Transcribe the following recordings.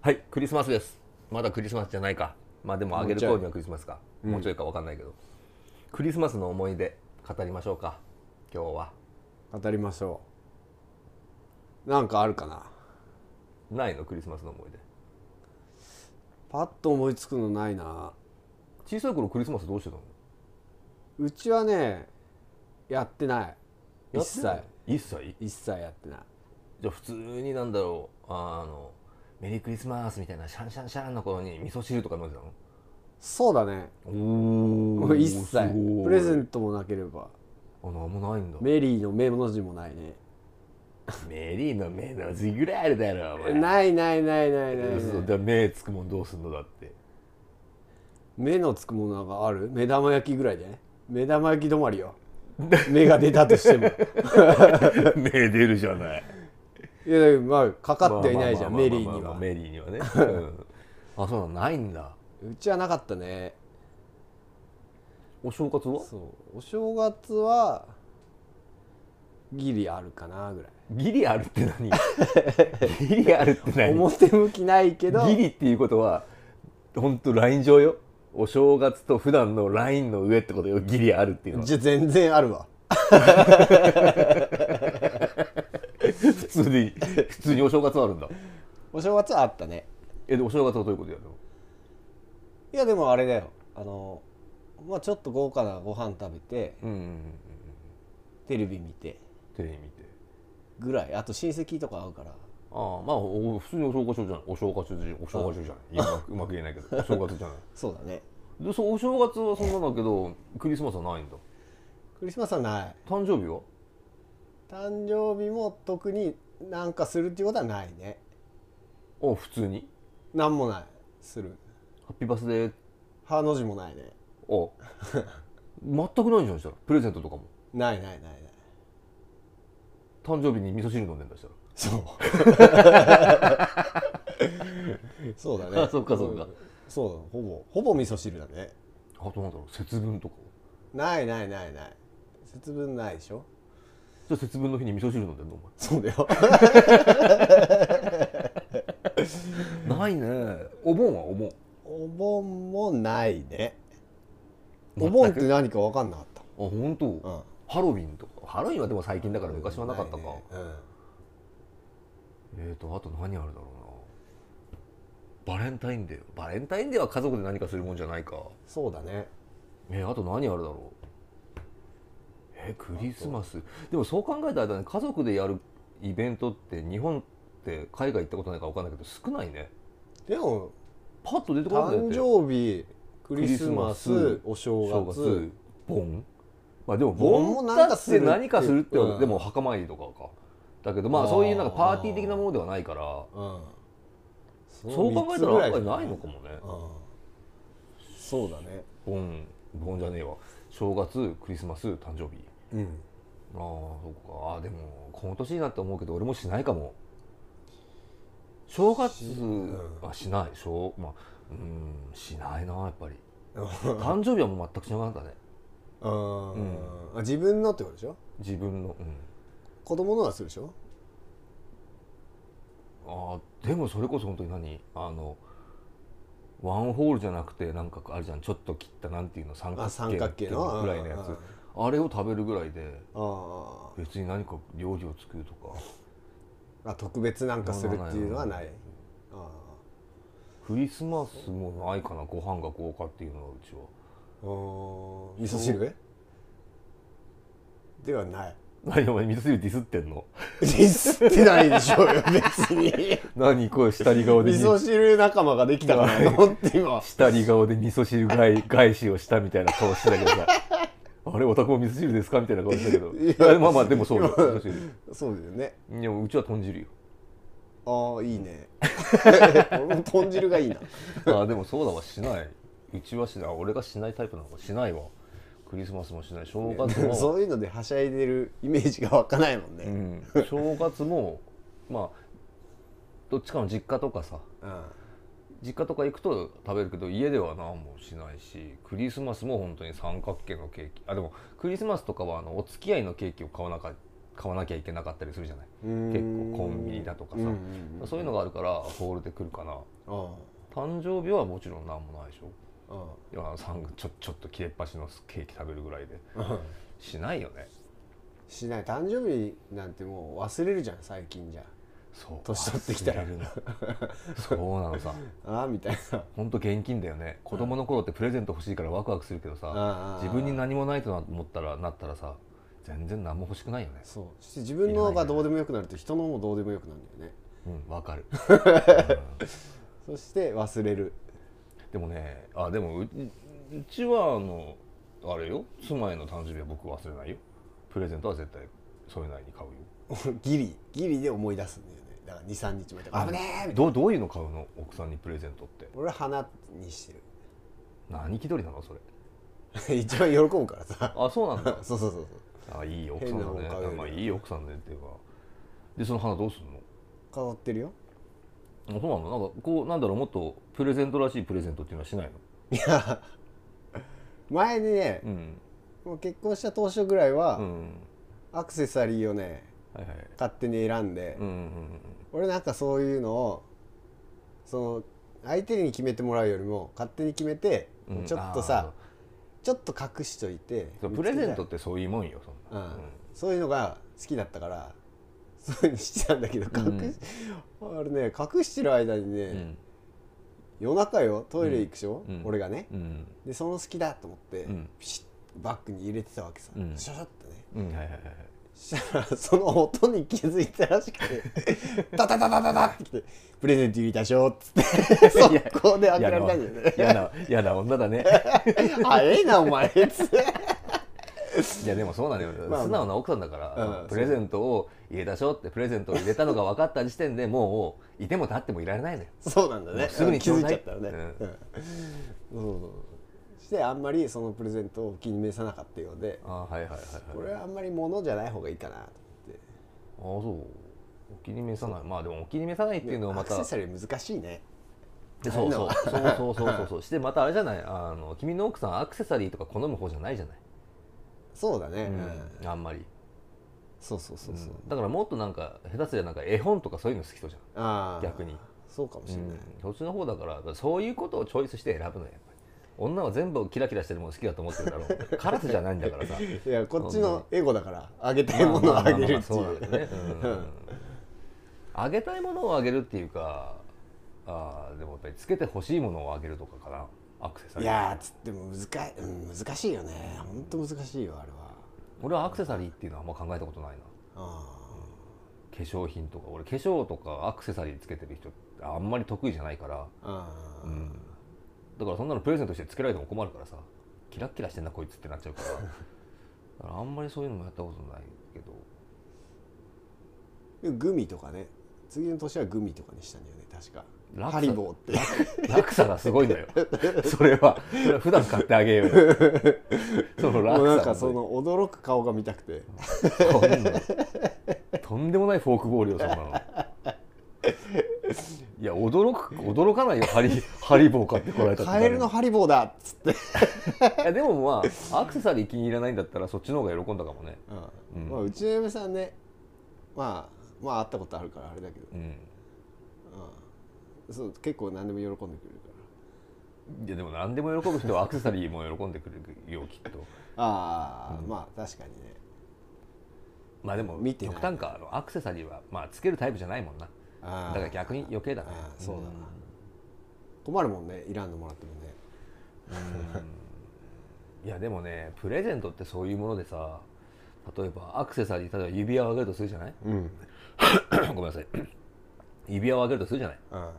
はいクリスマスですまだクリスマスじゃないかまあでもあげる頃にはクリスマスかもうちょいか分かんないけど、クリスマスの思い出語りましょうか今日は語りましょうなんかあるかなないのクリスマスの思い出パッと思いつくのないな小さい頃クリスマスどうしてたのうちはねやってない一切やってない一切一切やってないじゃあ普通になんだろうあのメリークリスマスみたいなシャンシャンシャンの頃に味噌汁とか飲んでたのそうだねおもう一切プレゼントもなければあなんもないんだメメリーの目の字もないねリーの目の字ぐらいあるだろお前ないないないないない嘘ないだ目つくもんどうすんのだって 目のつくものがある目玉焼きぐらいでね目玉焼き止まりよ目が出たと しても目出るじゃないいやでもまあかかってはいないじゃんまあまメあリまあーまあにまあはメリーにはね、うん あそうなのないんだうちはなかったねお正月はそうお正月はギリあるかなぐらいギリあるって 何ギリあるって何表向きないけどギリっていうことは本当ライン上よお正月と普段のラインの上ってことよギリあるっていうのはじゃ全然あるわ普通に 普通にお正月はあるんだお正月はあったねえでお正月はどういうことやるのいやでもあれだよあのまあちょっと豪華なご飯食べてうんうんうんうんテレビ見てテレビ見てぐらいあと親戚とか会うからああまあお普通にお正月じゃないお正月じお正月じゃないいやうまくうまく言えないけど お正月じゃないそうだねでそうお正月はそんなだけどクリスマスはないんだクリスマスはない誕生日は誕生日も特になんかするっていうことはないねお普通になんもないするハッピーバースデーハの字もないねあ 全くないじゃんしたらプレゼントとかもないないないない誕生日に味噌汁飲んでんだしたらそう そうだねあそっかそっかんそうだほぼほぼ味噌汁だねあとなんだろう節分とかないないないない節分ないでしょじゃあ節分の日に味噌汁飲んでんのそうだよお前ないねお盆はお盆お盆もないね全くお盆って何か分かんなかっあ本当、た、うん、ハロウィンとかハロウィンはでも最近だから昔はなかったか、いねうんえーとあと何あるだろうなバレンタインデーバレンタインデーは家族で何かするもんじゃないかそうだねえーあと何あるだろうえークリスマスでもそう考えたらだね家族でやるイベントって日本って海外行ったことないから分かんないけど少ないねでもパッと出てこないん誕だよ生日クリスクマリスマススおお正月盆まあでも盆盆もだ何かっするてって何かするってことうんでも墓参りとかかだけどまああーそういうなんかパーティー的なものではないからうんそう考えたらあんまりないののかもねうんそうだね盆盆じゃねえわ正月クリスマス誕生日うんああそうかあーでもこの年になって思うけど俺もしないかも正月はしないしょうまあうんしないなやっぱ り誕生日はもう全くしなかったねうんあ自分のってことでしょ自分のうん子供のはするでしょあーでもそれこそ本当に何あのワンホールじゃなくてなんかあるじゃんちょっと切ったなんていうの三角あ形三角形のぐらいのやうんうんつあれを食べるぐらいであ別に何か料理を作るとかああ特別なんかするっていうのはないあクリスマスもないかなご飯が豪華っていうのはうちはあうん味噌汁ではない何お前味噌汁ディスってんのディスってないでしょうよ別に何これ下り顔で味噌汁仲間ができたから なと思って今下り顔で味噌汁返返しをしたみたいな顔してたけど さあれお宅も味噌汁ですかみたいな顔してたけどいいやまあまあでもそうだよ今味噌汁そうだよねでもうちは豚汁よああいい ね俺も豚汁がいいなあでもそうだわしないうちはしないあ俺がしないタイプなのかしないわクリスマスもしない正月もそういうのではしゃいでるイメージが湧かないもんね、うん、正月もまあどっちかの実家とかさうん実家とか行くと食べるけど家では何もしないしクリスマスも本当に三角形のケーキあでもクリスマスとかはあのお付き合いのケーキを買わなかっ買わなきゃいけなかったりするじゃない結結構コンビニだとかさ、そういうのがあるからホールで来るかなの誕生日はもちろんなんもないでしょああいやさんちょちょっと切れっ端のケーキ食べるぐらいでああしないよねしない誕生日なんてもう忘れるじゃん最近じゃそう年取ってきたら忘れるのそうなのさああみたいなほんと現金だよね子供の頃ってプレゼント欲しいからワクワクするけどさああ自分に何もないとな思ったらなったらさ全然何も欲しくないよねそうそして自分のがどうでもよくなると人のもどうでもよくなるんだよねうんわ かる、うんそして忘れる でもねあでもうううちはあのあれよ妻への誕生日は僕忘れないよプレゼントは絶対それなりに買うよギリギリで思い出すんだよねだから23日前とか「危ねえ!」みたいなどうどういうの買うの奥さんにプレゼントって俺は花にして何気取りなのそれる 一番喜ぶからさ あそうなんだそうそうそうそうあいい奥さんだね変なお金あまあいい奥さんねっていうかでその花どうすんの飾ってるよあそうなのなんかこうなんだろうもっとプレゼントらしいプレゼントっていうのはしないのいや前にねうんもう結婚した当初ぐらいは、うんアクセサリーをねはいはい勝手に選んで、うんうんうん俺なんかそういうのをその相手に決めてもらうよりも勝手に決めて、うんちょっとさちょっと隠しといてそうプレゼント見っつてそういうもんよそけたんい、な、うんそういうのが好きだったからそういうのしてたんだけど隠し、あれね隠してる間にね、うん夜中よトイレ行くでしょ、うん俺がねうんでその好きだと思って、うんピシッとバッグに入れてたわけさ、うんシャシャッとねうんはいはいはいそしたらその音に気づいたらしくて 「タタタタタタ」って来て「プレゼント入れたしょ」っつってそこで開けられたんだよね嫌な嫌な女だ ね「早いなお前」っつっていやでもそうなのよ、まあ素直な奥さんだから、うんプレゼントを入れたしょってプレゼントを入れたのが分かった時点でもういても立ってもいられないのよそうなんだもねうすぐに気ちょづういだちいゃったらね、ううんんそうそうそうしてあんまりそのプレゼントを気に召さなかったようであはいはいはいはいこれはあんまり物じゃない方がいいかなと思ってあそうお気に召さないまあでもお気に召さないっていうのをまアクたセサリー難しいねでそうそう そうそうそうそうそうしてまたあれじゃないあの君の奥さんアクセサリーとか好む方じゃないじゃない、そうだね、ううんん、あんまりそうそうそうそう、だからもっとなんか下手すりゃなんか絵本とかそういうの好きそうじあゃんあ逆にそうかもしれない、うん、そっちの方だからだからそういうことをチョイスして選ぶのよやっぱり女は全部キラキラしてるもの好きだと思ってるだろ うカラスじゃないんだからさいやこっちのエゴだからあげたいものをあげるっていまあまあまあまあそうなんだうね、うん、あげたいものをあげるっていうかあーでもやっぱりつけてほしいものをあげるとかかなアクセサいリーやーつっても難い、うん、難しいよねほんと難しいよあれは俺はアクセサリーっていうのはあんま考えたことないなあ化粧品とか俺化粧とかアクセサリーつけてる人ってあんまり得意じゃないからーあー、うんだからそんなのプレゼントしてつけられても困るからさキラッキラしてんなこいつってなっちゃうからだからあんまりそういうのもやったことないけどでもグミとかね次の年はグミとかにしたんだよね確かラクサハリボーって落差がすごいの よそれはそれは普段買ってあげようよそのもうなん 落か差その驚く顔が見たくてそんなとんでもないフォークボールよそんなのいや驚く驚かないよハリハリボー買ってこられたってカエルのハリボーだっつって、いやでもまあアクセサリー気に入らないんだったらそっちの方が喜んだかもねううんまあ、うちの嫁さんねまあまあ会ったことあるからあれだけど、うんうん、そう結構何でも喜んでくれるからいやでも何でも喜ぶ人はアクセサリーも喜んでくれるよきっ とああ、うんまあ確かにねまあでも見てない極端かあのアクセサリーはまあつけるタイプじゃないもんなだあーから逆に余計だねあーそうだな困るもんねいらんのもらってもねうんいやでもねプレゼントってそういうものでさ例えばアクセサリー例えば指輪をあげるとするじゃ ないうんごめんなさい 指輪をあげるとするじゃないあ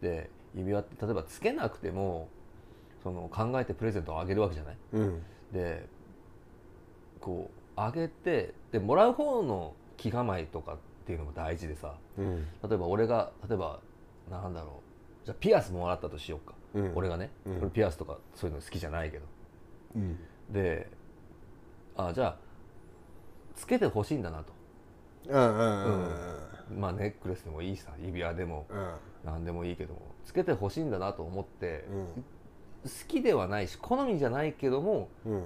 で指輪って例えばつけなくてもその考えてプレゼントをあげるわけじゃないうんでこうあげてでもらう方の気構えとかっていうのも大事でさうん例えば俺が例えばなんだろうじゃあピアスもらったとしようか、うん俺がね、うん俺ピアスとかそういうの好きじゃないけどうんであじゃあつけてほしいんだなと、うんうんうんまあネックレスでもいいしさ指輪でもうん何でもいいけどもつけてほしいんだなと思って、うん好きではないし好みじゃないけどもうん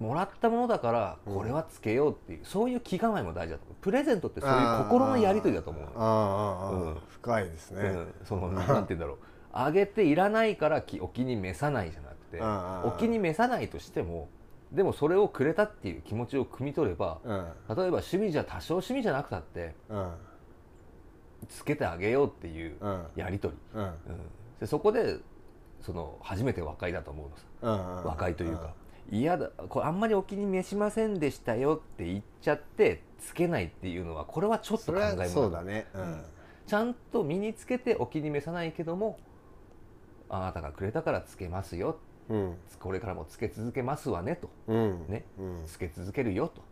もらったものだからうんこれはつけようっていう、そういう気構えも大事だと思うプレゼントってそういう心のやり取りだと思うああああ、うん深いですね、うん、そのなんて言うんだろうあげていらないからきお気に召さないじゃなくてああお気に召さないとしてもでもそれをくれたっていう気持ちを汲み取ればうんうん例えば趣味じゃ多少趣味じゃなくたってうんつけてあげようっていううんやり取り、うんうん、でそこでその初めて和解だと思うのさうん和解というか嫌だこれあんまりお気に召しませんでしたよって言っちゃってつけないっていうのはこれはちょっそと考れえもはそうのだねうんちゃんと身につけてお気に召さないけどもあなたがくれたからつけますようんこれからもつけ続けますわねとうんねうんつけ続けるよと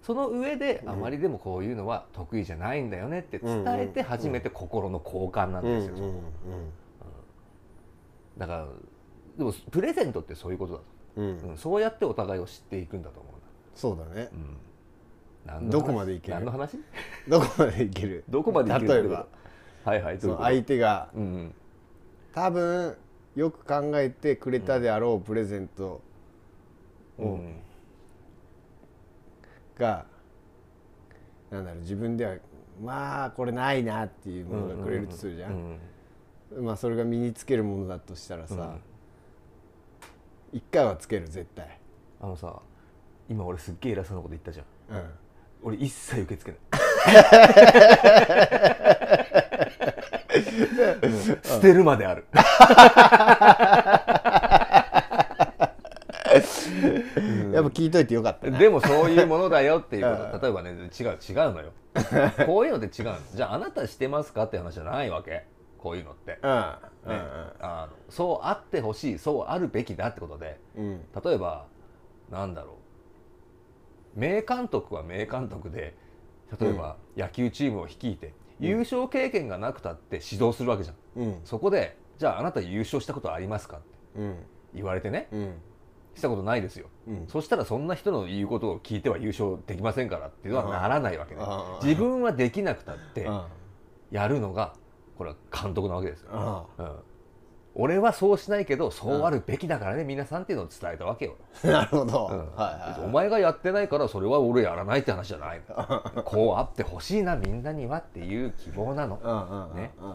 その上でうんあまりでもこういうのは得意じゃないんだよねって伝えて初めて心の交換なんうんですよ、うんだからでもプレゼントってそういうことだと、うんううんん、そうやってお互いを知っていくんだと思うそうだねな、うん何の話どこまでいける何の話どこまでいける どこまでいける例えばはいはいどそういうのこと相手がうんうん多分よく考えてくれたであろうプレゼントうをんがなんだろう自分ではまあこれないなっていうものがくれるとするじゃうんんまあそれが身につけるものだとしたらさ一回はつける絶対あのさ今俺すっげえ偉そうなこと言ったじゃんうん俺一切受け付けないうん捨てるまであるやっぱ聞いといてよかったなでもそういうものだよっていううこと例えばね違う違うのよこういうのって違うのじゃああなたしてますかって話じゃないわけこういうのって、ねうんあのそうあってほしいそうあるべきだってことでうんうん例えばなんだろう名監督は名監督で例えば野球チームを率いて、優勝経験がなくたって指導するわけじゃんうんそこでじゃああなた優勝したことありますかってうん言われてねうんしたことないですようんそしたらそんな人の言うことを聞いては優勝できませんからっていうのはならないわけねああ自分はできなくたってあやるのがこれは監督なわけですよ、あうん、俺はそうしないけどそうあるべきだからね皆さんっていうのを伝えたわけよなるほどうんはいはいお前がやってないからそれは俺やらないって話じゃないこうあってほしいなみんなにはっていう希望なの、うんうんうんねうん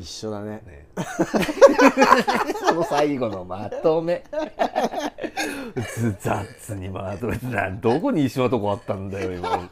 一緒だねね、その最後のまとめず 雑にまとめてなどこに石のとこあったんだよ今